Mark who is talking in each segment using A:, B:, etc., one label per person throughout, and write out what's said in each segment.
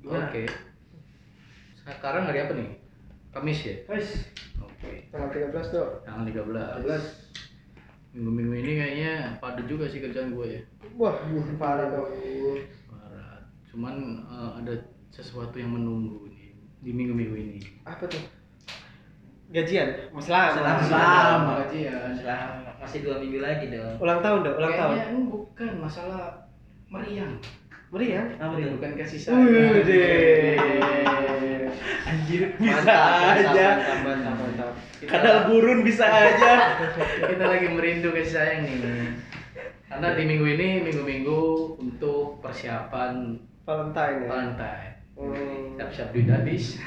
A: Gimana?
B: Oke. Sekarang hari apa nih? Kamis ya?
A: Guys,
B: Oke.
A: tanggal 13 tuh.
B: Tanggal 13.
A: 13.
B: Minggu-minggu ini kayaknya padat juga sih kerjaan gue ya.
A: Wah, parah tuh.
B: Parah. Cuman eh, ada sesuatu yang menunggu nih di minggu-minggu ini.
A: Apa tuh? Gajian, masih lama.
C: Masih lama.
B: Lama gajian.
C: Selama masih dua minggu lagi dong.
A: Ulang tahun dong, ulang tahun.
B: Kayaknya ini bukan masalah meriang.
A: Meriah.
C: Apa tuh?
B: Bukan kasih sayang.
A: Wih,
C: Anjir,
A: Mantap,
C: aja.
A: mantap, mantap, mantap.
C: Kadal burun bisa aja.
B: kita lagi merindu kasih sayang nih karena di minggu ini minggu-minggu untuk persiapan
A: Valentine ya.
B: Valentine
A: Hmm.
B: siap-siap duit habis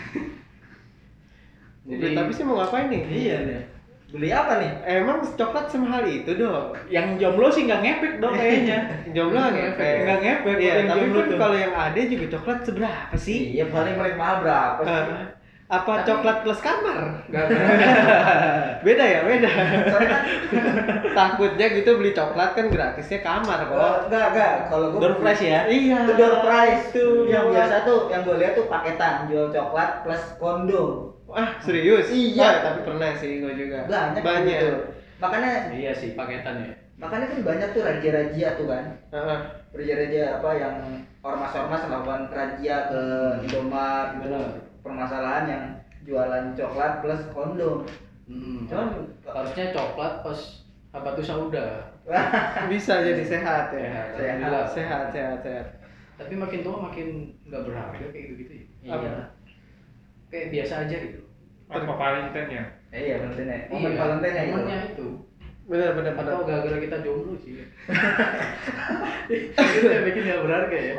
A: Duit tapi sih mau ngapain nih?
C: iya nih. Beli apa nih?
A: Emang coklat semahal itu dong.
C: Yang jomblo sih nggak ngepek dong kayaknya.
A: Jomblo nggak
B: Nggak
A: ngepek.
B: ngefek.
C: Nggak ngefek
A: Iya,
C: kalau yang
A: tapi
C: jomblo
A: kan
C: tuh.
A: kalau yang ada juga coklat seberapa sih?
C: Iya paling paling mahal berapa sih?
A: Eh, apa
C: Tapi-
A: coklat plus kamar?
B: Nggak, nggak.
A: Beda ya, beda.
C: Soalnya kan
A: Takutnya gitu beli coklat kan gratisnya kamar kok.
C: kalau enggak enggak kalau Oh, gua
A: Oh. Door prize ya? Iya.
C: Itu door prize
A: Tuh.
C: Yang biasa tuh yang gue lihat tuh paketan jual coklat plus kondom.
A: Ah, serius?
C: Iya.
A: Ah, tapi pernah sih gue juga.
C: Banyak
A: Banyak.
C: gitu. Makanya
B: iya sih paketan ya
C: makanya kan banyak tuh razia-razia tuh kan.
A: Heeh.
C: Razia-razia apa yang ormas-ormas melakukan razia ke Indomaret gitu.
B: Benar.
C: Permasalahan yang jualan coklat plus kondom.
A: Hmm.
B: Mm.
C: Cuman
B: harusnya coklat pas habatus sauda
A: Bisa jadi sehat ya.
C: Iya.
B: Sehat,
A: sehat,
B: alhamdulillah.
A: sehat, sehat. sehat.
B: tapi makin tua makin nggak berharga kayak gitu gitu ya
C: iya.
B: kayak biasa aja gitu
D: apa Valentine ya
C: Eh, iya Valentine. ya. Momen Valentine ya.
B: momennya
C: itu.
B: itu
A: Benar, benar, benar.
B: atau gara-gara kita jomblo sih itu yang bikin nggak berharga ya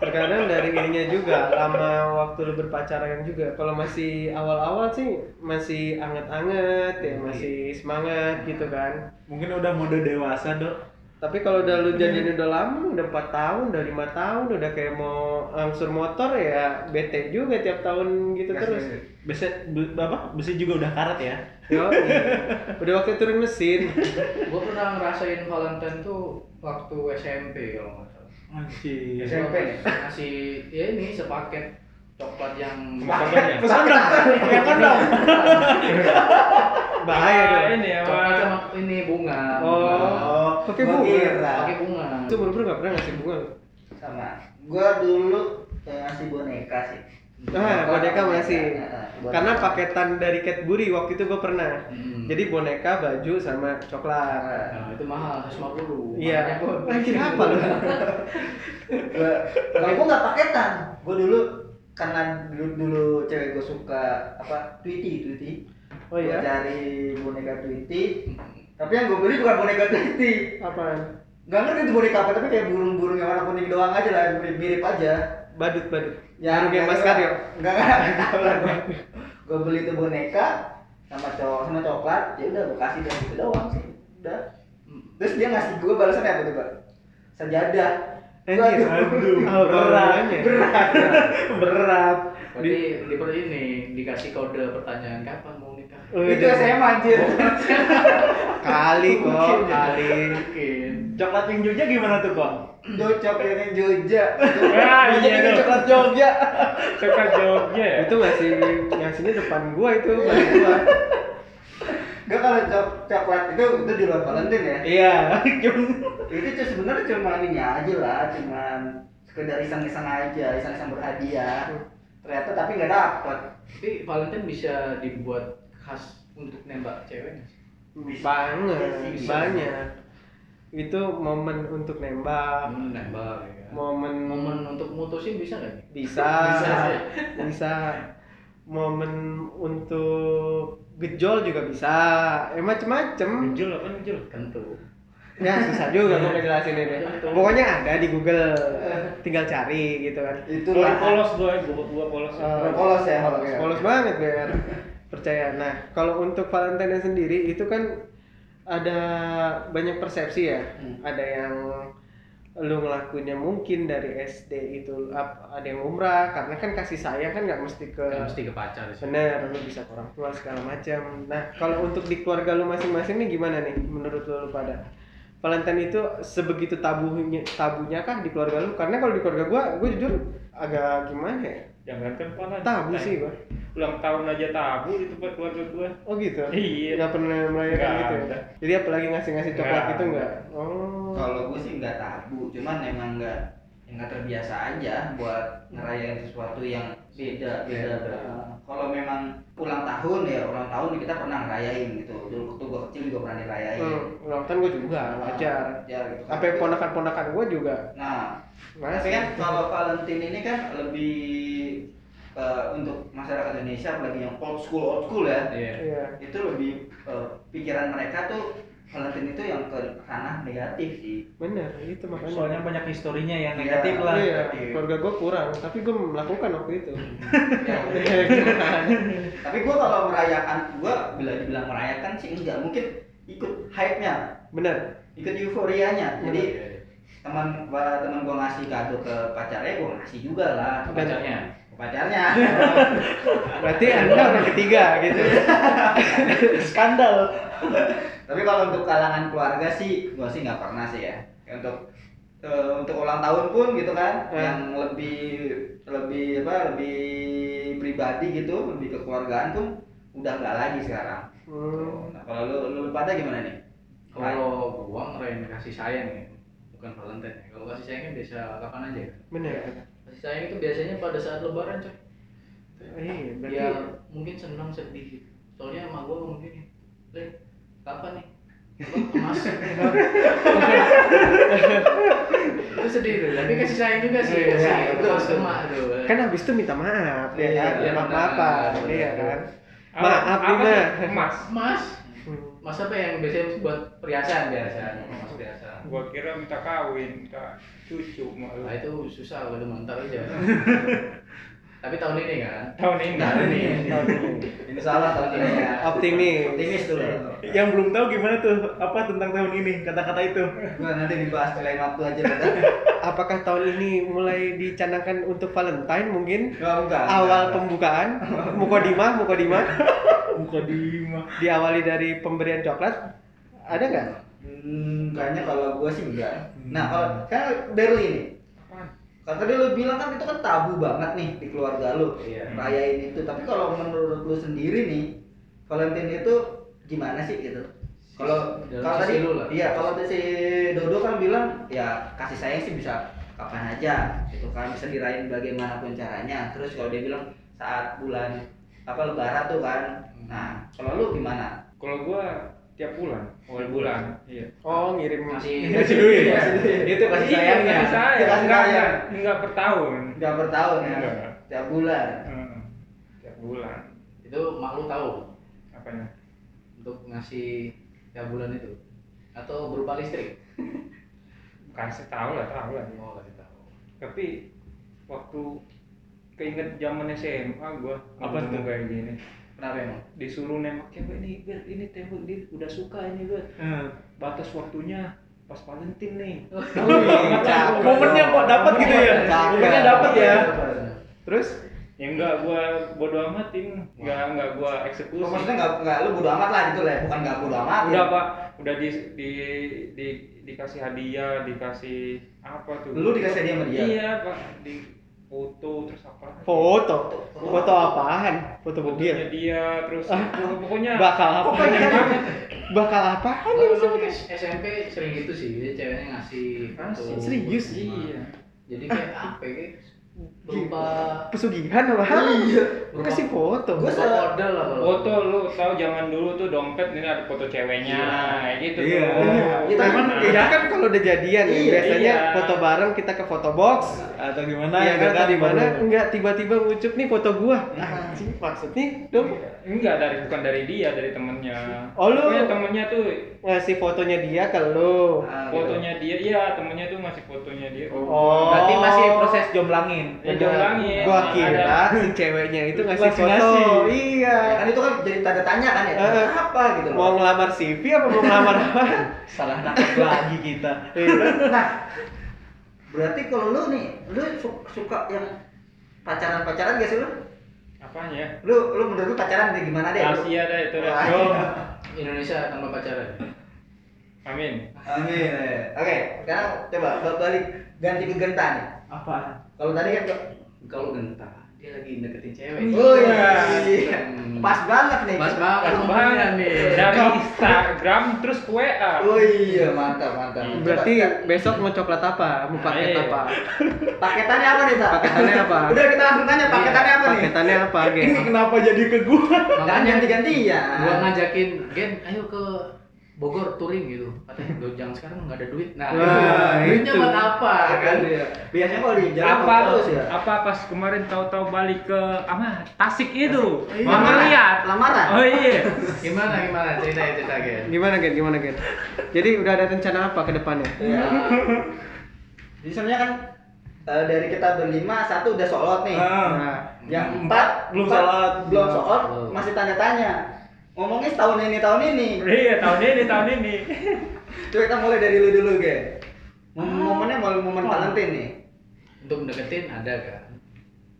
A: Terkadang dari ininya juga, lama waktu lu berpacaran juga. Kalau masih awal-awal sih masih anget-anget ya, masih semangat gitu kan.
D: Hmm. mungkin udah mode dewasa dok
A: Tapi kalau udah lu jadian udah lama, udah 4 tahun, udah lima tahun, udah kayak mau langsung motor ya bete juga tiap tahun gitu
C: Nggak
A: terus.
C: serius.
D: besi be- apa besi juga udah karat ya
A: Yo, udah waktu turun mesin.
B: gue pernah ngerasain Valentine tuh waktu SMP kalau nggak salah
D: masih
C: SMP?
B: masih ya ini sepaket coklat yang
D: Maksudnya
A: Pesan dong, ya kan dong. Bahaya dong.
D: ini ya
B: coklat
D: Pak.
B: sama ini bunga bunga.
A: Oh, pakai bunga.
C: Mengira.
B: pakai bunga
A: Itu bener-bener nggak pernah ngasih bunga.
D: Hmm.
A: loh.
C: sama gua dulu yang ngasih boneka sih
A: Ah,
D: Oh,
A: boneka
D: iya,
A: masih.
C: Nah, boneka.
A: Karena paketan dari Cadbury waktu itu gue pernah.
B: Hmm.
A: Jadi boneka, baju sama coklat.
B: Nah,
C: Nah,
B: itu mahal 150 Makanya
A: Iya.
B: gua-
A: Anjir Ah. apa lu?
C: gua kalau gua nggak paketan gua dulu karena dulu dulu cewek gua suka apa Tweety Tweety
A: Oh
C: Gua
A: iya.
C: cari boneka Tweety tapi yang gua beli bukan boneka Tweety
D: Hmm.
A: Apaan?
C: nggak ngerti itu boneka apa tapi kayak burung-burung yang warna kuning doang aja lah mirip mirip aja
A: Badut, badut. Ya, Harus
C: nggak-
A: yang Mas Karyo.
C: nggak nggak tahu lah gua gua beli itu boneka sama cowok sama coklat ya udah gua kasih dan itu doang sih udah
B: Hmm.
C: Terus dia ngasih gue balasan apa tuh, Pak? Sajadah.
A: Anjir,
C: Waduh.
A: Oh,
D: berat.
A: berat.
D: berat
B: berarti di per ini dikasih kode pertanyaan kapan mau nikah
D: Oh,
C: Itu
D: iya,
C: SMA anjir.
A: Kali kok, kali.
B: mungkin
D: ya. coklat yang Jogja gimana tuh kok
C: Jocok ini Jogja.
D: Ah,
C: Jogja
D: iya
C: ini
D: dong.
C: coklat Jogja.
D: coklat Jogja ya
A: Itu ngasih ngasihnya depan gua itu, baju gua.
C: Gak kalau cok- coklat itu itu di luar Valentine ya.
A: Iya.
C: Itu tuh sebenarnya cuma ininya aja lah, cuman sekedar iseng-iseng aja, iseng-iseng berhadiah. Ternyata tapi nggak dapet.
B: tapi Valentine bisa dibuat khas untuk nembak cewek nggak sih?
A: Banget, banyak. Itu momen untuk nembak,
B: Momen nembak ya
D: Iya.
B: kan?
A: momen
B: momen untuk mutusin bisa nggak nih?
A: bisa
C: Bisa.
A: bisa, momen untuk gejol juga bisa ya macem-macem
D: Jul apa nih, Jul?
B: tentu
A: ya susah juga gue ngejelasin ini pokoknya ada di Google tinggal cari gitu kan
C: Itu
D: Gua polos gua, gua, gua polos.
A: Eh,
C: Polos ya,
A: polos,
C: oke.
A: polos banget biar percaya nah kalau untuk Valentine sendiri itu kan ada banyak persepsi ya
C: Hmm.
A: ada yang lu ngelakuinnya mungkin dari SD itu ap- ada yang umrah karena kan kasih sayang kan nggak mesti ke
B: Nggak mesti ke pacar sih
A: bener lu bisa ke orang tua segala macam nah kalau untuk di keluarga lu masing-masing nih gimana nih menurut lu, lu pada Valentine itu sebegitu tabunya tabunya kah di keluarga lu karena kalau di keluarga gua gua jujur agak gimana ya
D: Jangan kan panas.
A: tabu sih gua
D: Ulang tahun aja tabu di tempat keluarga gua.
A: oh gitu
D: Iya.
A: nggak pernah merayakan
D: Nggak
A: gitu ya
D: ada.
A: jadi apalagi ngasih ngasih coklat
D: Nggak
A: gitu
D: ada.
A: nggak oh
C: kalau gue sih nggak tabu cuman emang nggak ya nggak terbiasa aja buat ngerayain sesuatu yang beda beda
B: Beda.
C: kalau memang ulang tahun ya ulang tahun kita pernah ngerayain gitu dulu waktu gue kecil juga pernah dirayain
A: hmm, ulang tahun gua juga wajar
C: wajar gitu
A: sampai ponakan-ponakan gua juga
C: nah tapi
A: ngasih
C: kan kalau Valentine ini kan lebih eh, untuk masyarakat Indonesia apalagi yang old school old school ya
B: Iya.
A: iya
C: itu lebih eh, pikiran mereka tuh Valentine itu yang ke ranah negatif sih
A: bener itu makanya
D: Soalnya banyak historinya yang
C: Iya.
D: negatif lah.
A: Iya, keluarga gue kurang, tapi gue melakukan waktu itu.
C: Ya, tapi gue kalau merayakan gue bila dibilang merayakan sih enggak mungkin ikut hype nya
A: Bener.
C: ikut euforianya
A: Iya,
C: jadi teman gua- teman gue ngasih kado ke pacarnya gue ngasih juga lah
B: Ke pacarnya
C: ke pacarnya
A: Berarti anda orang ketiga gitu.
D: Skandal.
C: tapi kalau untuk kalangan keluarga sih gue sih nggak pernah sih ya untuk eh, untuk ulang tahun pun gitu kan
A: Hmm.
C: yang lebih lebih apa lebih pribadi gitu lebih kekeluargaan pun udah nggak lagi sekarang
A: Hmm.
C: nah, kalau lu lu pada gimana nih
B: kalau gua ngerayain kasih sayang ya bukan Valentine ya. kalau kasih sayangnya biasa kapan aja ya
A: Bener.
B: kasih sayang itu biasanya pada saat lebaran coy
A: Iya, berarti
B: ya mungkin senang sedih gitu. soalnya sama gua mungkin le kapan nih Abang emas itu sedih tuh tapi kasih sayang juga sih
A: Iya,
B: kasih
A: iya,
B: emas ke emak tuh
A: kan habis itu minta maaf ya
C: Iya,
A: kan,
B: iya,
A: maaf
B: bener.
A: maafan,
B: Bener.
A: iya kan.
D: Apa-
A: Maaf nih
D: apa
A: Ma.
D: sih? Emas.
B: emas
A: Hmm.
B: emas apa yang biasanya buat perhiasan biasa emas biasa
D: Gua kira minta kawin, minta cucu
B: nah
D: malah.
B: itu susah kalau mantap aja tapi tahun ini kan
D: Tahun ini.
B: Tahun ini.
A: Tahun ini.
C: Nah, Ini salah tahun ini ya.
A: Optimis.
C: Optimis dulu.
E: Yang belum tahu gimana tuh apa tentang tahun ini kata-kata itu.
C: Nah, nanti dibahas di lain waktu aja.
A: Apakah tahun ini mulai dicanangkan untuk Valentine mungkin?
C: Enggak, enggak.
A: Awal pembukaan, mukodimah, mukodimah,
D: Buka di mah.
A: diawali dari pemberian coklat, ada nggak?
C: Hmm, kayaknya kalau gua sih enggak. Nah, kalau kan Berli nih. Kalau tadi lu bilang kan itu kan tabu banget nih di keluarga lu.
B: Iya.
C: Rayain itu. Tapi kalau menurut lu sendiri nih, Valentine itu gimana sih gitu? Kalau
B: Dalam sisi
C: kalau tadi
B: lu lah.
C: iya, kalau tadi si Dodo kan bilang ya kasih sayang sih bisa kapan aja gitu kan bisa dirayain bagaimanapun caranya. Terus kalau dia bilang saat bulan apa lebaran tuh kan. Nah, kalau lu gimana?
D: Kalau gua tiap bulan, awal bulan. Iya.
A: Oh, ngirim
B: Ngasih-
A: ngasih duit.
B: Iya.
C: Itu kasih
D: Iya,
C: sayangnya.
D: kasih sayang.
C: Kasih
D: Enggak,
C: sayang.
D: enggak, enggak per tahun.
C: Tiap per tahun ya.
D: Enggak.
C: Tiap bulan.
D: Heeh. Tiap bulan.
B: itu mak lu tahu
D: Apanya?
B: untuk ngasih tiap bulan itu atau berupa listrik
D: Kasih tahu lah, tahu lah.
B: mau kasih tahu
D: Tapi waktu keinget zaman SMA gua
E: Apa
D: ngomong
E: tuh?
D: kayak gini
B: kenapa emang
D: disuruh nembak "Ya, cewek ini Bel, ini tembak dia udah suka ini Bel. batas waktunya pas Valentine nih
C: Oh, iya,
A: cakep.
E: Momennya kok dapat gitu ya?
B: Iya.
A: Cakep.
E: Momennya dapat ya.
A: Terus?
D: ya enggak gua bodo amatin enggak enggak gua eksekusi
C: Lu Oh, maksudnya nggak nggak lu bodo amat lah gitu lah, bukan nggak bodo amat. ya?
D: udah pak udah di, di di dikasih hadiah dikasih apa tuh
C: Lu dikasih hadiah sama dia?
D: iya pak di foto terus apa lagi?
A: Foto. Foto apaan? Foto mobil.
D: fotonya dia Ah. terus pokok- pokoknya
A: Bakal apa? Bakal apaan yang
B: Kalau
A: disebutnya?
B: SMP sering gitu sih, jadi ceweknya ngasih
D: Ngasih,
B: foto
A: serius?
B: buat emak.
D: Ah, iya
B: Jadi
E: Ah.
B: kayak apa ya? kayak Berupa
A: Pesugihan apa? Iya. Kasih foto.
C: Gua
B: berupa
C: se-
B: kode lah kalau.
D: foto lu tahu zaman dulu tuh dompet ini ada foto ceweknya kayak gitu
E: Iya.
D: tuh.
E: Iya.
A: Kita kan,
D: Nah,
A: kita kan kalau udah jadian ya,
D: Iya,
A: biasanya
D: iya.
A: foto bareng kita ke foto box.
E: Atau gimana
D: Nah,
A: Iya
E: gitu
A: kan tadi mana
E: baru-
A: enggak tiba-tiba ngucup nih foto gua. Ah, anjing, maksudnya dong
D: enggak dari bukan dari dia dari temennya
A: Oh, lu-
D: Pokoknya temennya tuh
A: ngasih fotonya dia ke lu.
C: Ah, gitu.
D: fotonya dia iya temennya tuh masih fotonya dia
B: gitu.
A: Oh.
E: Berarti masih proses jomblangin.
D: Ya, diulangin.
A: Gua
D: Ada-
A: kira si ceweknya itu ngasih foto.
E: Langsung ngasih.
A: Iya.
C: Ya kan itu kan jadi tanda tanya kan ya.
A: Eh.
C: Apa gitu loh.
A: Mau ngelamar CV apa mau ngelamar apa?
E: Salah nangkep lagi kita.
A: Iya.
C: Nah, berarti kalau lu nih lu su- suka yang pacaran pacaran gak sih lu
D: ya?
F: Apanya?
C: lu lu menurut lu pacaran deh gimana deh Lu-
F: Rahasia dah itu dah.
C: Rahasia.
D: Oh.
F: Yo.
B: Indonesia tanpa pacaran.
F: Amin.
C: Amin. Oke, sekarang coba bal- balik ganti ke genta nih.
A: Apa?
C: Kalau tadi kan
B: Kalau genta, dia lagi deketin cewek.
C: Oh iya. Pas banget nih.
B: Hmm. Pas banget
F: Pas
B: umurnya
F: banget.
B: nih.
F: Dari Instagram terus ke WA.
C: Oh iya, mantap, mantap.
A: Hmm.
D: Berarti
C: Coba,
D: besok mau coklat apa? Mau paket
F: Iya.
D: apa?
C: paketannya apa nih, Tak?
D: Paketannya apa?
C: Udah kita langsung tanya paketannya apa nih?
D: Paketannya apa, Gen?
A: Ini kenapa jadi ke gua?
C: Jangan
B: Makanya
C: ganti-ganti ya.
B: gua ngajakin Gen ayo ke Bogor touring gitu katanya "Lo jangan sekarang nggak ada duit nah
D: Wah,
B: itu. duitnya
D: itu.
B: buat apa kan
C: Iya. Biasanya kalau di jalan
F: Apa
C: terus ya.
F: apa pas kemarin tahu-tahu balik ke apa Tasik itu?
C: Iya.
F: Mama lihat.
C: Lamaran.
F: Oh iya.
B: gimana gimana cerita ya, cerita Gen
D: Gimana, Gen? Gimana, Gen? Jadi udah ada rencana apa ke depannya?
C: Iya. Jadi sebenarnya kan eh, dari kita berlima satu udah solot nih.
A: Ah.
D: Nah,
C: Yang empat
A: Belum
C: empat
A: sholat.
C: belum sholat,
B: Belum.
C: masih tanda-tanya. Ngomongnya tahun ini tahun ini.
F: Iya, tahun ini tahun ini.
C: Coba kita mulai dari lu dulu, Ge. Mom- Momennya mau momen Valentine nih.
B: untuk deketin ada kan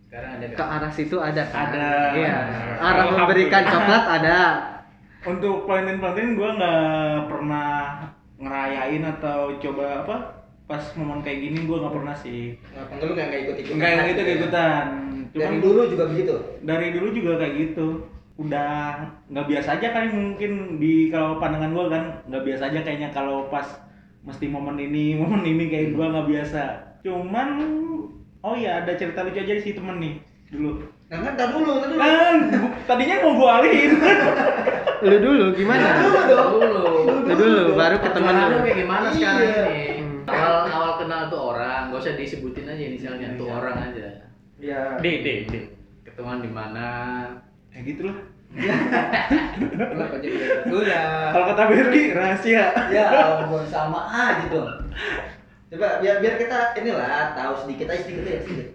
B: sekarang ada
D: ke
B: kan
D: arah situ ada kan?
A: Ada.
D: Iya. Arah
F: Alhamdulillah.
D: memberikan coklat ada.
A: Untuk Valentine Valentine gua nggak pernah ngerayain atau coba apa pas momen kayak gini gua nggak pernah sih.
C: Ngapain lu Nah, nggak ikut ikut?
A: Enggak yang itu keikutan. Cuman
C: Dari dulu juga begitu.
A: dari dulu juga kayak gitu. Udah nggak biasa aja kali mungkin di kalau pandangan gua kan nggak biasa aja kayaknya kalau pas mesti momen ini momen ini kayak gua nggak biasa. Cuman oh ya ada cerita lucu aja sih temen nih dulu.
C: Nah kan tar dulu, tar dulu.
A: Nah, gua- tadinya mau gua alihin.
D: Lu dulu gimana?
C: Dulu dong.
B: dulu
D: Lu dulu baru ke teman
B: Perkenalan
D: lu.
B: lu kayak gimana sekarang
C: Iya.
B: ini awal awal kenal tuh orang gak usah disebutin aja inisialnya tuh orang aja
C: Iya,
D: Ya.
F: Di di di.
B: ketemuan di mana
A: Kayak gitu lah.
B: kenapa jadi
C: Dulu ya.
A: Kalau kata Berli rahasia.
C: Ya ampun sama aja dong. Coba biar biar kita inilah tahu sedikit aja sedikit ya sedikit.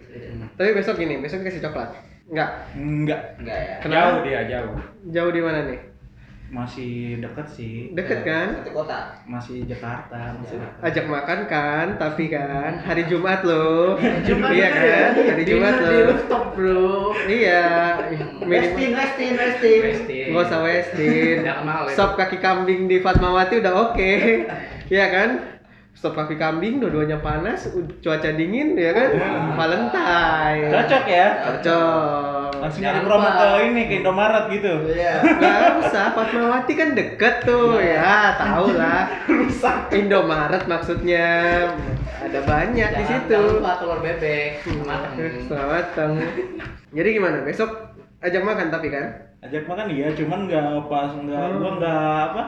D: Tapi besok gini, besok dikasih coklat. Enggak.
A: Enggak,
C: Enggak ya.
F: Jauh
D: Kenapa?
F: dia jauh.
D: Jauh di mana nih?
A: masih deket sih.
D: Deket kan?
C: Satu kota.
A: Masih Jakarta, masih Jakarta.
D: Ajak makan kan, tapi kan hari Jumat loh.
B: Jumat
D: iya
B: kan?
D: kan?
B: Dinner
D: Hari Jumat
B: di
D: loh.
B: rooftop bro
D: Iya.
C: Resting,
D: Minimal
C: resting, resting.
B: Wasting.
D: Gak usah wasting.
B: Jangan mahal itu.
D: Sop kaki kambing di Fatmawati udah oke. Iya kan? Sop kaki kambing dua-duanya panas, u- cuaca dingin ya kan? Valentine.
A: Iya. Cocok ya?
D: Cocok.
A: Langsung
B: Jangan
A: nyari promo
B: lupa.
A: ke ini ke Indomaret gitu.
C: Iya.
D: Gak usah, Fatmawati kan deket tuh ya, tau lah.
A: Rusak.
D: Indomaret maksudnya ada banyak di
B: Jangan-
D: situ.
B: jangan lupa telur bebek matang.
D: Setengah matang. Jadi gimana besok ajak makan tapi kan?
A: Ajak makan iya, cuman nggak pas nggak
D: Hmm.
A: gua nggak apa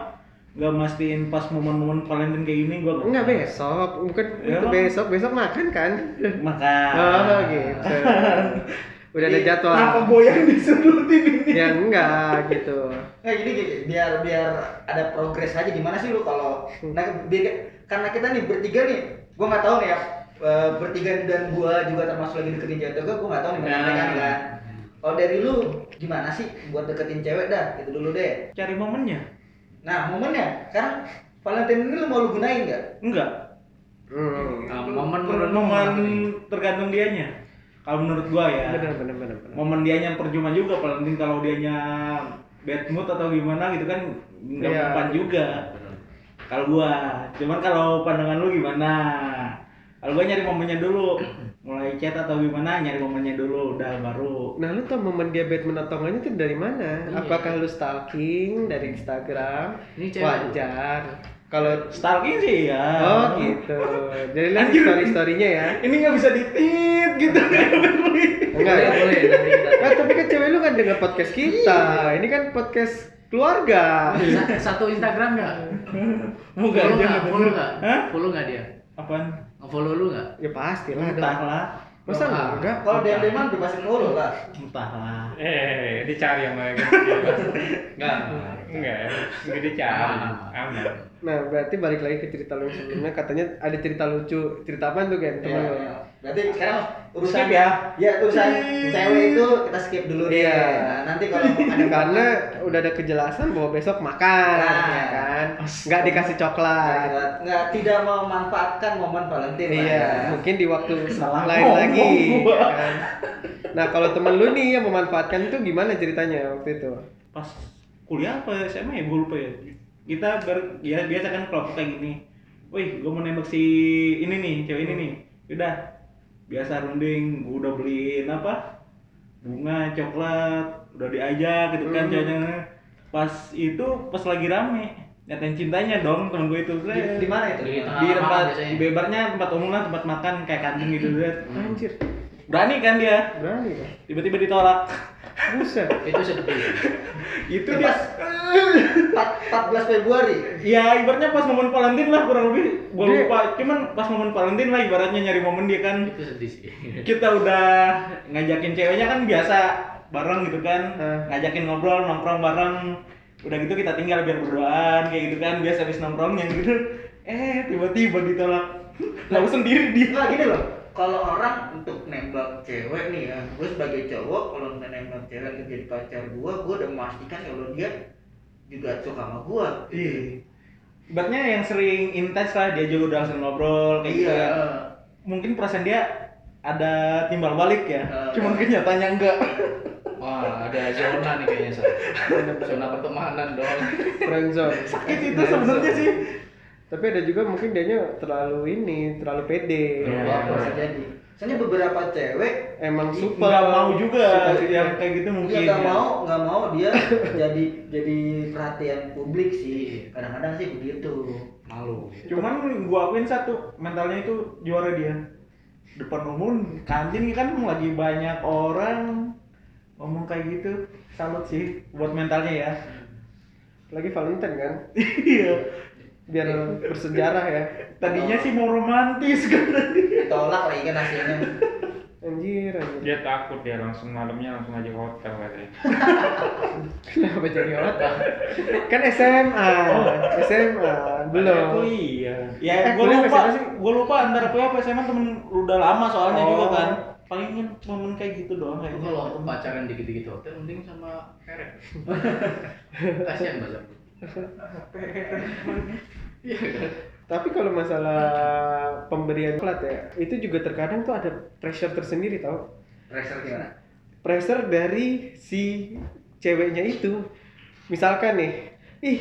A: nggak mastiin pas momen-momen Valentine kayak gini gua
D: Enggak besok, bukan
A: Ya,
D: itu
A: emang.
D: besok, besok makan kan?
A: Makan.
D: Oh gitu. Udah ada jadwal.
A: Kenapa goyang di seluruh ini?
D: Ya enggak gitu.
C: Nah, jadi gini, biar biar ada progres aja gimana sih lu kalau nah biar, karena kita nih bertiga nih, gua nggak tahu nih ya eh, bertiga dan gua juga termasuk lagi deketin cewek gua gua nggak tahu nih mereka kan
A: Nah.
C: kan. Kalau dari lu gimana sih buat deketin cewek dah? Itu dulu deh.
A: Cari momennya?
C: Nah, momennya sekarang Valentine ini lu mau lu gunain nggak?
A: Enggak.
D: Hmm.
B: Nah, momen menurut
A: Momen tergantung dianya. Kalau menurut gua ya.
D: Bener bener bener. bener.
A: momen dianya percuma juga paling penting kalau dianya bad mood atau gimana gitu kan nggak
D: Iya.
A: mempan juga kalau gua cuman kalau pandangan lu gimana kalau gua nyari momennya dulu mulai chat atau gimana nyari momennya dulu udah baru
D: Nah lu tau momen dia Batman atau enggaknya itu dari mana?
B: Iya.
D: Apakah lu stalking dari Instagram?
B: Ini cewek.
D: Wajar. Kalau
A: stalking sih ya
D: Oh gitu. Jadi
C: Nah,
D: lihat
A: Anjir.
D: story storynya ya.
A: ini nggak bisa ditit gitu
D: Enggak
B: boleh
D: ya.
B: boleh nanti kita
D: Nah, tapi kan cewek lu kan denger podcast kita. Ini kan podcast keluarga.
B: Sa- satu Instagram nggak?
A: mau
B: Follow
A: aja
B: nggak? Follow nggak?
A: Hah?
B: Follow nggak dia?
A: apaan
B: Nge-follow lu nggak?
D: Ya pasti lah.
A: entahlah
D: Masa
B: Wah.
D: enggak?
C: Kalau dia deman bebasin mulu lah.
A: entahlah
G: Eh, dicari sama yang
B: Nggak.
G: enggak ya? Enggak dicari.
D: Ah.
G: Aman.
D: Nah, berarti balik lagi ke cerita lu yang sebelumnya katanya ada cerita lucu. Cerita apa tuh, Gen? Temen
C: Iya,
D: lu.
C: iya. Berarti sekarang urusan
E: Skip ya?
C: Iya, urusan cewek itu kita skip dulu deh.
A: Iya.
C: Nah, nanti kalau ada
A: karena udah ada kejelasan bahwa besok makan
C: Nah.
A: ya kan nggak dikasih coklat
C: nggak tidak mau manfaatkan momen Valentine.
A: Iya, mungkin di waktu
E: Salah
A: lain
E: ngomong
A: lagi.
E: gua.
A: ya kan? Nah, kalau temen lu nih yang memanfaatkan itu gimana ceritanya waktu itu?
E: pas kuliah apa SMA ya gue lupa ya kita ber ya biasa kan kelompok kayak gini wih gue mau nembak si ini nih cewek ini nih udah biasa runding gue udah beliin apa bunga coklat udah diajak gitu kan
A: Hmm.
E: ceweknya pas itu pas lagi rame nyatain cintanya dong temen gue itu
C: Di, di mana itu?
B: Di tengah
E: di
B: malam
E: tempat
B: biasanya.
E: bebarnya tempat umum lah tempat makan kayak kantin gitu Zed.
A: Anjir,
E: berani kan dia
A: berani kan?
E: tiba-tiba ditolak
A: Buset.
B: Itu sedih.
E: itu
C: Pas
E: dia
C: 14 Februari.
E: Ya ibaratnya pas momen Valentine lah kurang lebih gua
A: Dia-
E: lupa. Cuman pas momen Valentine lah ibaratnya nyari momen dia kan
B: Itu sedih sih.
E: kita udah ngajakin ceweknya kan biasa bareng gitu kan.
A: Hah.
E: Ngajakin ngobrol nongkrong bareng. Udah gitu kita tinggal biar berduaan kayak gitu kan. Biasa habis nongkrong yang gitu. Eh tiba-tiba ditolak. Lalu sendiri dia.
C: Nah, gini loh, kalau orang untuk nembak cewek nih ya, gue sebagai cowok kalau udah nembak cewek untuk jadi pacar gue, gue udah memastikan kalau dia juga suka sama gue.
E: Iya. Ibaratnya yang sering intens lah dia juga udah langsung ngobrol
C: Iya.
E: kayak gitu kan.
C: eh.
E: Mungkin perasaan dia ada timbal balik ya.
C: Eh.
E: Cuman kenyataannya enggak.
B: Wah, ada zona nih kayaknya, Sar. Zona pertemanan dong.
A: Friendzone.
E: Sakit
D: Iya,
E: itu sebenarnya sih.
A: Tapi ada juga mungkin dianya terlalu ini, terlalu pede.
B: Iya.
C: Wah, bisa jadi. Soalnya beberapa cewek
A: Emang super.
E: nggak mau juga
A: Super-
E: yang kayak gitu
C: dia Iya,
E: mungkin
C: nggak
E: ya.
C: mau nggak mau dia jadi jadi perhatian publik sih. Kadang-kadang sih begitu.
B: Malu.
E: cuman gua akuin satu mentalnya itu juara dia depan umum kantin kan lagi banyak orang ngomong kayak gitu salut sih buat mentalnya ya
A: Lagi Valentine kan?
E: iya
A: Biar bersejarah ya.
E: tadinya sih mau romantis kan
C: Ditolak lagi kan hasilnya.
A: Anjir, anjir.
H: Dia takut dia langsung malamnya langsung aja ke hotel katanya.
A: Kenapa jadi otak? kan SMA, SMA belum.
E: Oh iya
A: Eh,
E: ya gua
A: kuliah
E: lupa
A: apa sih?
E: gua lupa antara kuliah apa SMA temen udah lama soalnya juga
A: Oh.
E: kan paling momen kayak gitu doang
B: Lu
E: kayaknya
B: kalau aku pacaran dikit-dikit hotel mending sama kerek. Kasihan banget. Iya kan?
A: Tapi kalau masalah pemberian plat ya, itu juga terkadang tuh ada pressure tersendiri tau.
C: Pressure gimana?
A: Pressure dari si ceweknya itu. Misalkan nih, ih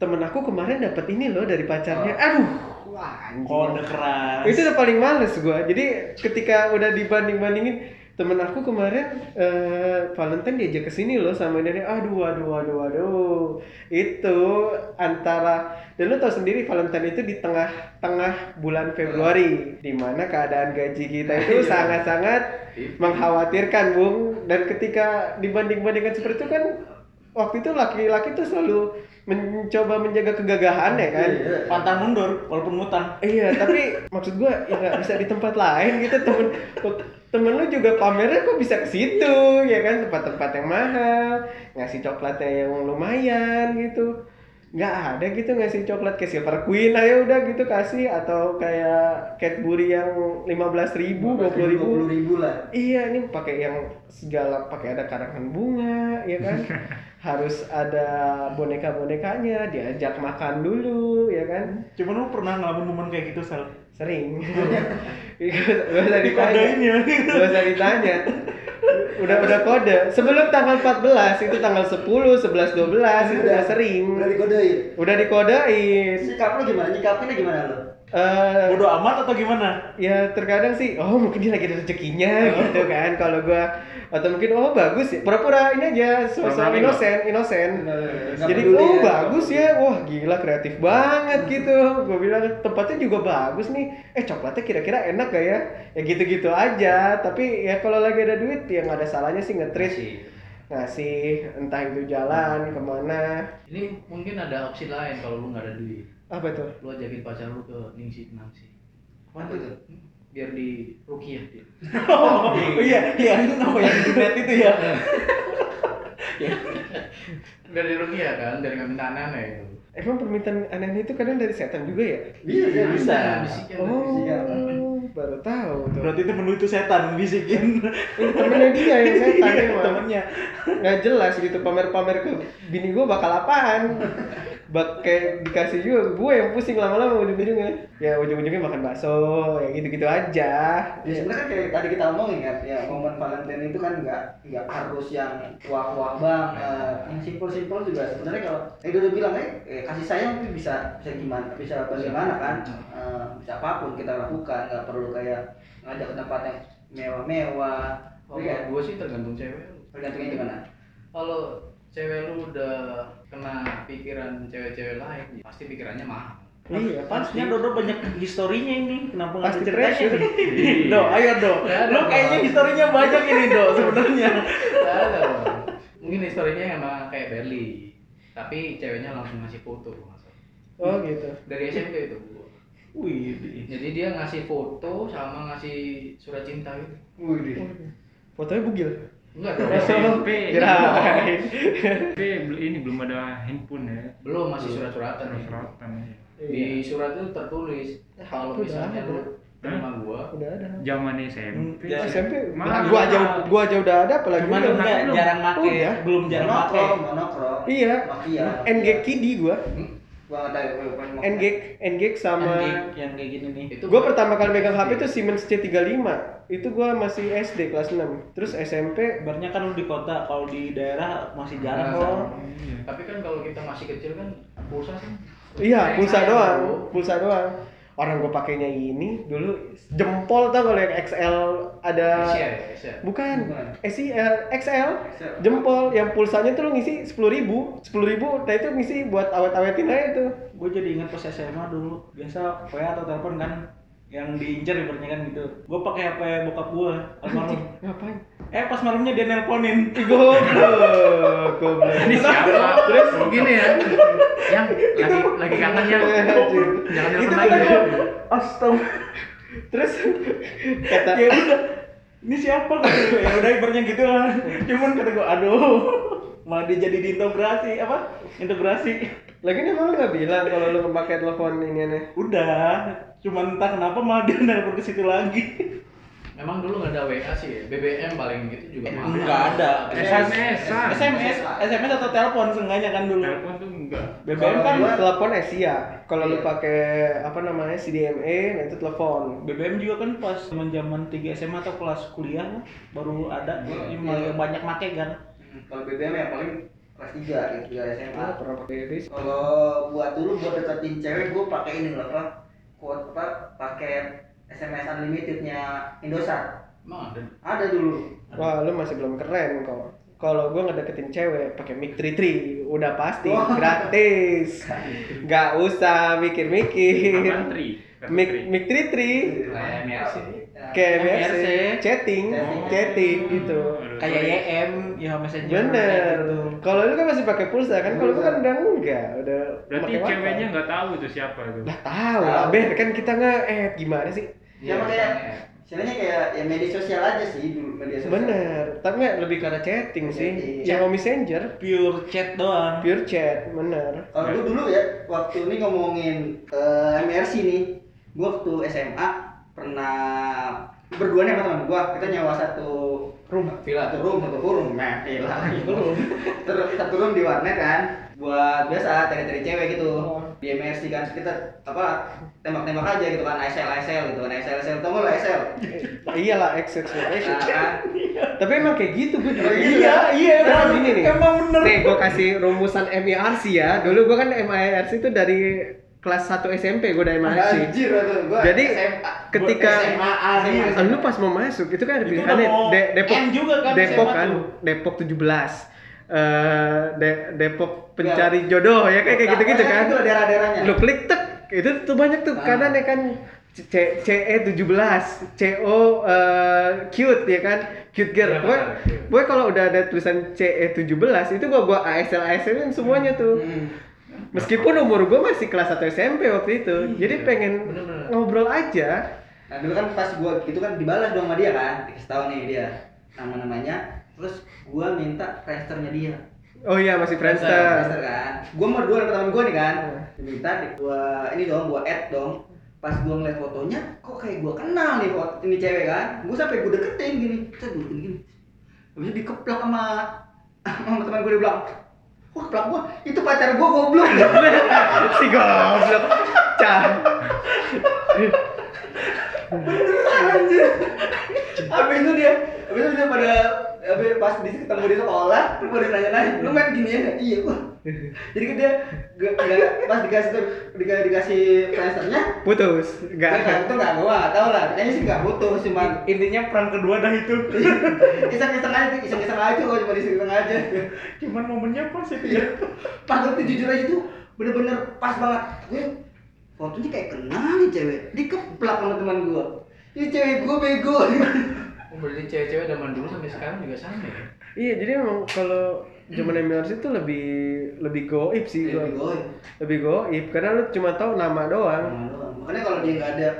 A: temen aku kemarin dapat ini loh dari pacarnya. Aduh, wah, anjing.
E: kode keras
A: itu udah paling males gua. Jadi ketika udah dibanding-bandingin temen aku kemarin eh, Valentine diajak ke sini loh sama dia aduh aduh aduh aduh itu antara dan lu tau sendiri Valentine itu di tengah-tengah bulan Februari di mana keadaan gaji kita itu sangat-sangat mengkhawatirkan Bung dan ketika dibanding-bandingkan seperti itu kan waktu itu laki-laki tuh selalu mencoba menjaga kegagahan
C: Iya,
A: ya kan
E: pantang mundur walaupun ngutang
A: Iya, tapi maksud gua ya nggak bisa di tempat lain gitu temen temen lu juga pamernya kok bisa ke situ ya kan tempat-tempat yang mahal ngasih coklatnya yang lumayan gitu nggak ada gitu ngasih coklat ke Silver Queen aja udah gitu kasih atau kayak Cadbury yang lima belas ribu dua ribu
C: 20 ribu lah.
A: Iya, ini pakai yang segala pakai ada karangan bunga, ya kan? Harus ada boneka-bonekanya, diajak makan dulu, ya kan?
E: Cuman lu pernah ngalamin momen kayak gitu, Sel?
A: sering gak usah ditanya
E: Dikodain ya.
A: gak usah ditanya udah udah kode sebelum tanggal 14 itu tanggal 10 11 12 itu udah sering
C: Udah dikodein.
A: udah dikodain
C: Sikap lu gimana? Nyikapinnya gimana lu?
A: Eh,
E: Bodo amat atau gimana?
A: ya terkadang sih oh mungkin dia lagi ada rezekinya
E: Oh.
A: gitu kan kalau gua atau mungkin oh bagus ya pura-pura ini aja sosok
H: Pura-pura
A: inosen inosen
C: Nggak
A: jadi
C: peduli
A: oh
C: ya.
A: bagus ya wah gila kreatif banget gitu gue bilang tempatnya juga bagus nih eh coklatnya kira-kira enak gak ya ya gitu-gitu aja tapi ya kalau lagi ada duit ya nggak ada salahnya sih
B: Iya
A: nge-treat ngasih entah itu jalan kemana
B: Ini mungkin ada opsi lain kalau lu nggak ada duit.
A: apa tuh
B: Lu ajakin pacar lu ke Ningsi Nangsi.
C: Apa tuh?
B: Biar di rukiah dia.
E: Oh, iya, iya itu nama yang di net itu ya.
B: Biar di rukiah kan, biar nggak minta aneh
E: Iya.
B: itu.
C: Iya,
A: emang permintaan aneh itu kadang dari setan juga ya
E: Iya,
C: Bisa, bisa.
B: Bisikan.
A: oh
C: iya.
A: baru tahu tuh
E: Berarti temen lu itu setan bisikin.
A: Ini temennya dia yang setan
E: Iya,
A: emang.
E: temennya.
A: nggak jelas gitu pamer-pamer ke bini gue bakal apaan bak kayak dikasih juga gue yang pusing lama-lama ujung-ujungnya ya ujung-ujungnya makan bakso ya gitu-gitu aja
C: Ya sebenarnya kan kayak tadi kita omongin kan, ya momen Valentine itu kan nggak nggak harus yang wah-wah banget, yang simpel-simpel juga sebenarnya kalau eh udah bilang eh, eh, kasih sayang itu bisa bisa gimana, bisa bagaimana kan, Eh, bisa apapun kita lakukan, nggak perlu kayak ngajak ke tempat yang mewah-mewah,
B: Kalau
C: Iya.
B: gue sih tergantung cewek lu.
C: tergantungnya gimana.
B: Kalau cewek lu udah kena pikiran cewek-cewek lain, ya pasti pikirannya mahal.
E: Iya, pastinya Dodo banyak historinya ini. Kenapa nggak ada
A: Pasti
E: ceritanya?
A: treasure.
E: nih?
A: Gitu.
H: Iya.
E: do, ayo do.
B: Nggak ada,
E: Lo Ya, kayaknya
B: Bang.
E: historinya banyak ini do sebenarnya.
B: Nggak ada dong. Mungkin historinya emang kayak Berli, tapi ceweknya langsung ngasih foto. langsung.
A: oh gitu
B: Dari SMP itu. gua.
E: Wih,
B: Jadi dia ngasih foto sama ngasih surat cinta gitu.
C: Wih,
A: fotonya bugil
B: Enggak dong.
H: SMP.
E: Iya.
A: kirain
H: Tapi beli ini belum ada handphone ya.
B: Belum masih surat-suratan.
H: Terus
B: ya.
H: rotan ya.
E: Iya.
B: Di surat itu tertulis kalau
A: udah
B: misalnya
A: ada.
B: lu ke rumah gua,
A: udah ada
H: Zaman SMP.
A: Iya.
E: Ya,
A: SMP
H: Mahal.
A: gua aja gua aja udah ada apalagi
E: cuman
A: lu.
E: enggak
H: belum.
E: jarang ya. make,
A: Udah. Oh,
E: belum jarang make.
C: monokrom, monokrom.
A: iya
C: Makia.
A: NG Kidi gua
C: Gua nggak tahu, gua bukan
A: NG NG sama
E: Yang- yang kayak gini nih.
B: itu
A: Gue pertama kali megang HP itu Siemens C35 Itu gue masih SD kelas 6 Terus SMP
E: Kabarnya kan lu di kota, kalau di daerah
A: Nah,
E: masih jarang
B: Jarang.
E: kok.
H: Iya.
B: Tapi kan kalau kita masih kecil kan pulsa sih.
E: Nah,
A: Iya pulsa
B: Sayang,
A: doang
B: Bu.
A: Pulsa doang Orang gue pakainya ini Dulu jempol tau kalau yang XL ada
E: Iya,
B: Asia ya, Asia.
A: Bukan Eh,
C: Bukan.
A: SIL, XL
C: XL.
A: Jempol yang pulsanya tuh lu ngisi 10 ribu 10 ribu nah itu ngisi buat awet-awetin aja tuh
E: gue jadi inget pas SMA dulu biasa WA atau telepon kan yang diincar ibaratnya kan gitu gue pakai HP bokap gue almarhum
A: Ngapain?
E: eh pas malamnya dia nelponin
A: Goblok Goblok
B: Ini siapa? Terus
H: Oh,
B: gini ya. Yang lagi lagi kangen ya.
A: Anjir.
B: Jangan
A: Iya, Itu
B: nelfon
A: kata
B: lagi.
A: gua, Astaga. Terus kata
E: ya udah ini siapa kata gue ya udah ibaratnya gitu lah cuman kata gue aduh malah dia jadi diintegrasi apa integrasi
A: lagi nih emang kan lu nggak bilang kalau lu pakai telepon ini aneh.
E: udah cuman entah kenapa malah dia nelpon ke situ lagi
B: Memang dulu nggak ada WA sih, ya. BBM paling gitu juga
A: Iya.
B: mahal.
E: enggak ada
A: ah.
H: SMS-an.
E: SMS SMS atau telepon sengaja kan dulu
H: Telepon tuh enggak.
E: BBM kan
C: Kalau gua-
A: Telepon Asia. Kalau lu pakai apa namanya CDMA, nah itu telepon.
E: BBM juga kan pas zaman zaman 3 SMA atau kelas kuliah lah, baru ada yang
C: iya.
E: yang banyak make kan.
C: Hmm, Kalau BBM ya paling kelas 3 gitu, 3 SMA.
A: Ah, pernah pakai bis.
C: Kalau buat dulu buat deketin cewek gue pakai ini loh apa? Kuota pakai SMS unlimitednya Indosat.
B: Emang ada.
C: Ada dulu.
A: Wah, lu masih belum keren kok. Kalau gua ngedeketin cewek pakai mic tri tri, udah pasti gratis. Nggak usah
H: Apaan,
A: mikir-mikir.
H: Tri?
A: Iya. Mic mic tri tri,
C: Iya.
B: Kayak
A: ya
B: MRC.
A: kayak biasa
E: MRC.
A: chatting,
C: Chatting.
A: chatting gitu.
H: Aduh,
E: Kayak
H: sorry.
E: YM, ya messenger.
A: Bener. Kalau lu kan masih pakai pulsa kan? Kalau gua kan udah enggak, udah
H: Berarti
A: pakai wifi.
H: ceweknya nggak tahu itu siapa tuh.
A: Lah tahu
C: Tahu.
A: lah, Ber, kan kita nggak eh gimana sih?
B: Iya,
C: Ya, makanya istilahnya kayak ya media sosial aja sih dulu media sosial.
A: Bener, tapi nggak lebih karena chatting sih.
C: Chatting.
A: Yang messenger,
E: gitu. Pure chat doang.
A: pure chat, bener.
C: Kalau gue dulu ya waktu ini ngomongin eh, MRC nih, gue waktu SMA pernah berdua nih sama teman gue kita nyewa satu
A: Rumah.
B: Villa.
C: satu room satu room nah villa terus satu room di warnet kan buat biasa cari-cari cewek gitu
A: Oh.
C: di MRC kan kita apa tembak-tembak aja gitu kan ASL ASL gitu kan ASL ASL tau nggak lo ASL
A: Nah, iyalah ex expectation.
C: nah,
E: Ah.
C: kan
A: tapi emang kayak gitu gue juga.
C: Iya,
A: iya. Emang
E: emang-
A: gini nih.
E: emang bener.
A: Nih, gue kasih rumusan MIRC ya. Dulu gue kan MIRC itu dari kelas 1 SMP gue dari MIRC.
C: Nah, anjir tuh gue
A: Nah, Jadi ketika
C: SMA,
A: Ah, lu pas mau masuk itu kan ada
E: Itu
A: pilihannya
E: udah mau
A: De- Depok
E: M juga kan,
A: Depok
E: SMA
A: kan
E: tuh.
A: Depok 17 eh De- Depok pencari jodoh ya kayak kayak gitu-gitu kan
C: itu daerah-daerahnya
A: lu klik tek itu tuh banyak tuh kanan ya kan C- C- E CE 17 CO eh, cute ya kan cute
B: Iya,
A: girl gue
B: benar, iya.
A: gue kalau udah ada tulisan CE 17 itu gua gua ASL ASL -in kan semuanya tuh
C: Hmm.
A: meskipun umur gua masih kelas 1 SMP waktu itu jadi pengen
B: Bener-bener.
A: ngobrol aja
C: Nah dulu kan pas gua gitu kan dibalas dong sama dia kan, dikasih tahu nih dia nama-namanya. Terus gua minta Friendster-nya dia.
A: oh iya masih Friendster
C: Friendster kan. Gua mau dua sama teman gua nih kan. Diminta di- gua ini dong, gua add dong. pas gua ngeliat fotonya kok kayak gua kenal nih fot- ini cewek kan gua sampai gua deketin gini saya gua deketin gini habis itu dikeplak sama sama teman gua dia bilang wah keplak gua itu pacar gua goblok
A: si goblok cah
C: beneran anjir abis itu dia abis itu dia pada abis pas di ketemu di sekolah lu pada nanya nanya lu main gini ya iya gua jadi kan dia gak, gak, pas dikasih dikasih dikasih plasternya
A: putus
C: gak
A: enggak
C: itu gak gua tau lah kayaknya sih gak butuh cuman
E: intinya perang kedua dah itu
C: iseng-iseng aja iseng-iseng aja kok cuma iseng-iseng aja
E: cuman momennya pas itu ya.
C: Iya. pas itu jujur aja tuh bener-bener pas banget gue fotonya kayak kenal nih cewek dikeplak sama teman gua ini cewek gua bego
B: Oh, berarti cewek-cewek zaman dulu sampai sekarang juga sama ya?
A: iya jadi emang kalau zaman Emilers itu lebih lebih goib sih gua.
C: Iya, bego ya.
A: lebih goib karena lu cuma tahu nama doang
C: makanya kalau dia nggak ada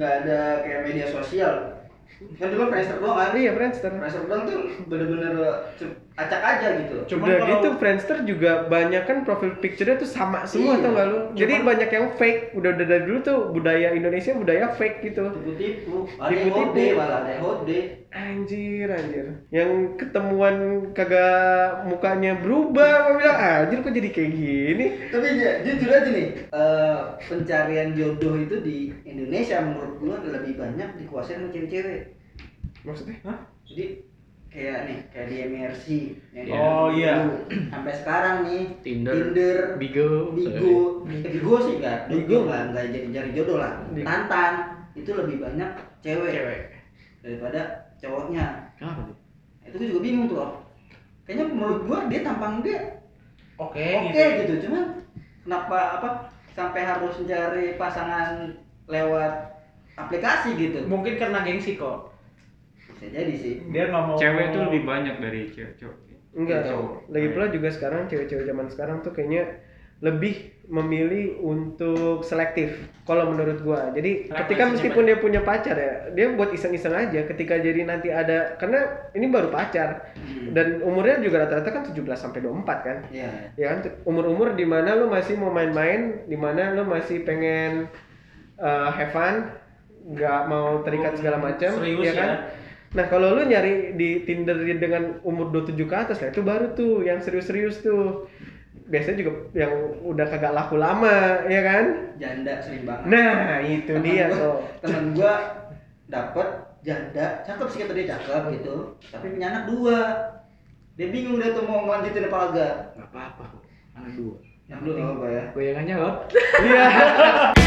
C: nggak ada kayak media sosial kan dulu Friendster doang
E: Hmm.
C: kan
A: iya Friendster
C: Friendster doang tuh bener-bener cep- acak aja gitu
E: Cuman
A: udah
E: kalau-
A: gitu Friendster juga banyak kan profil picture-nya tuh sama semua
C: Iya.
A: tau gak lu jadi
E: Cuman-
A: banyak yang fake udah udah dari dulu tuh budaya Indonesia budaya fake gitu
C: tipu-tipu ada yang
A: Tipu-tipu.
C: hode malah ada yang hode
A: Anjir, anjir. Yang ketemuan kagak mukanya berubah, gua bilang "Ah, anjir kok jadi kayak gini.
C: tapi ya, jujur aja nih eh, pencarian jodoh itu di Indonesia menurut gua lebih banyak dikuasain sama cewek-cewek
A: Maksudnya?
C: jadi kayak nih kayak di MRC yang
E: Oh,
C: dulu.
E: iya.
C: sampai sekarang nih
B: Tinder.
C: Tinder
B: Bigo.
C: Bigo, Eh, Bigo sih nggak,
A: Bigo.
C: Bigo nggak nggak jadi cari jodoh lah.
A: Bigo.
C: Tantan itu lebih banyak cewek,
B: Cewek.
C: daripada cowoknya.
B: Kenapa tuh?
C: Nah, Itu gue juga bingung tuh. Om. Kayaknya menurut gua dia tampang dia
E: oke
C: oke
E: gitu
C: gitu, cuman kenapa apa sampai harus mencari pasangan lewat aplikasi gitu?
E: mungkin karena gengsi kok
C: Bisa jadi sih.
E: dia nggak mau
H: Cewek tuh lebih banyak dari cewek cowok.
A: Enggak.
H: Cowok.
A: Lagi pula juga sekarang cewek-cewek zaman sekarang tuh kayaknya lebih memilih untuk selektif kalau menurut gua. Jadi
E: Kenapa
A: ketika
E: isinya
A: meskipun dia punya pacar ya, dia buat iseng-iseng aja ketika jadi nanti ada karena ini baru pacar
C: Hmm.
A: dan umurnya juga rata-rata kan 17 sampai 24 kan.
C: Iya.
A: ya kan umur-umur di mana lu masih mau main-main di mana lu masih pengen eh, have fun nggak mau terikat segala macam
E: Serius
A: ya kan
E: ya.
A: nah kalau lu nyari di Tinder dengan umur 27 ke atas lah itu baru tuh yang serius-serius tuh biasanya juga yang udah kagak laku lama ya kan
C: Janda sering banget.
A: nah itu
C: Temen
A: dia
C: gua-
A: tuh
C: Temen gua dapet janda, cakep sih kata dia cakep gitu, tapi punya anak dua. Dia bingung dia tuh mau ngelanjutin apa agak.
B: Gak apa-apa kok. Anak dua.
C: Yang dulu apa ya?
B: Goyangannya loh.
A: iya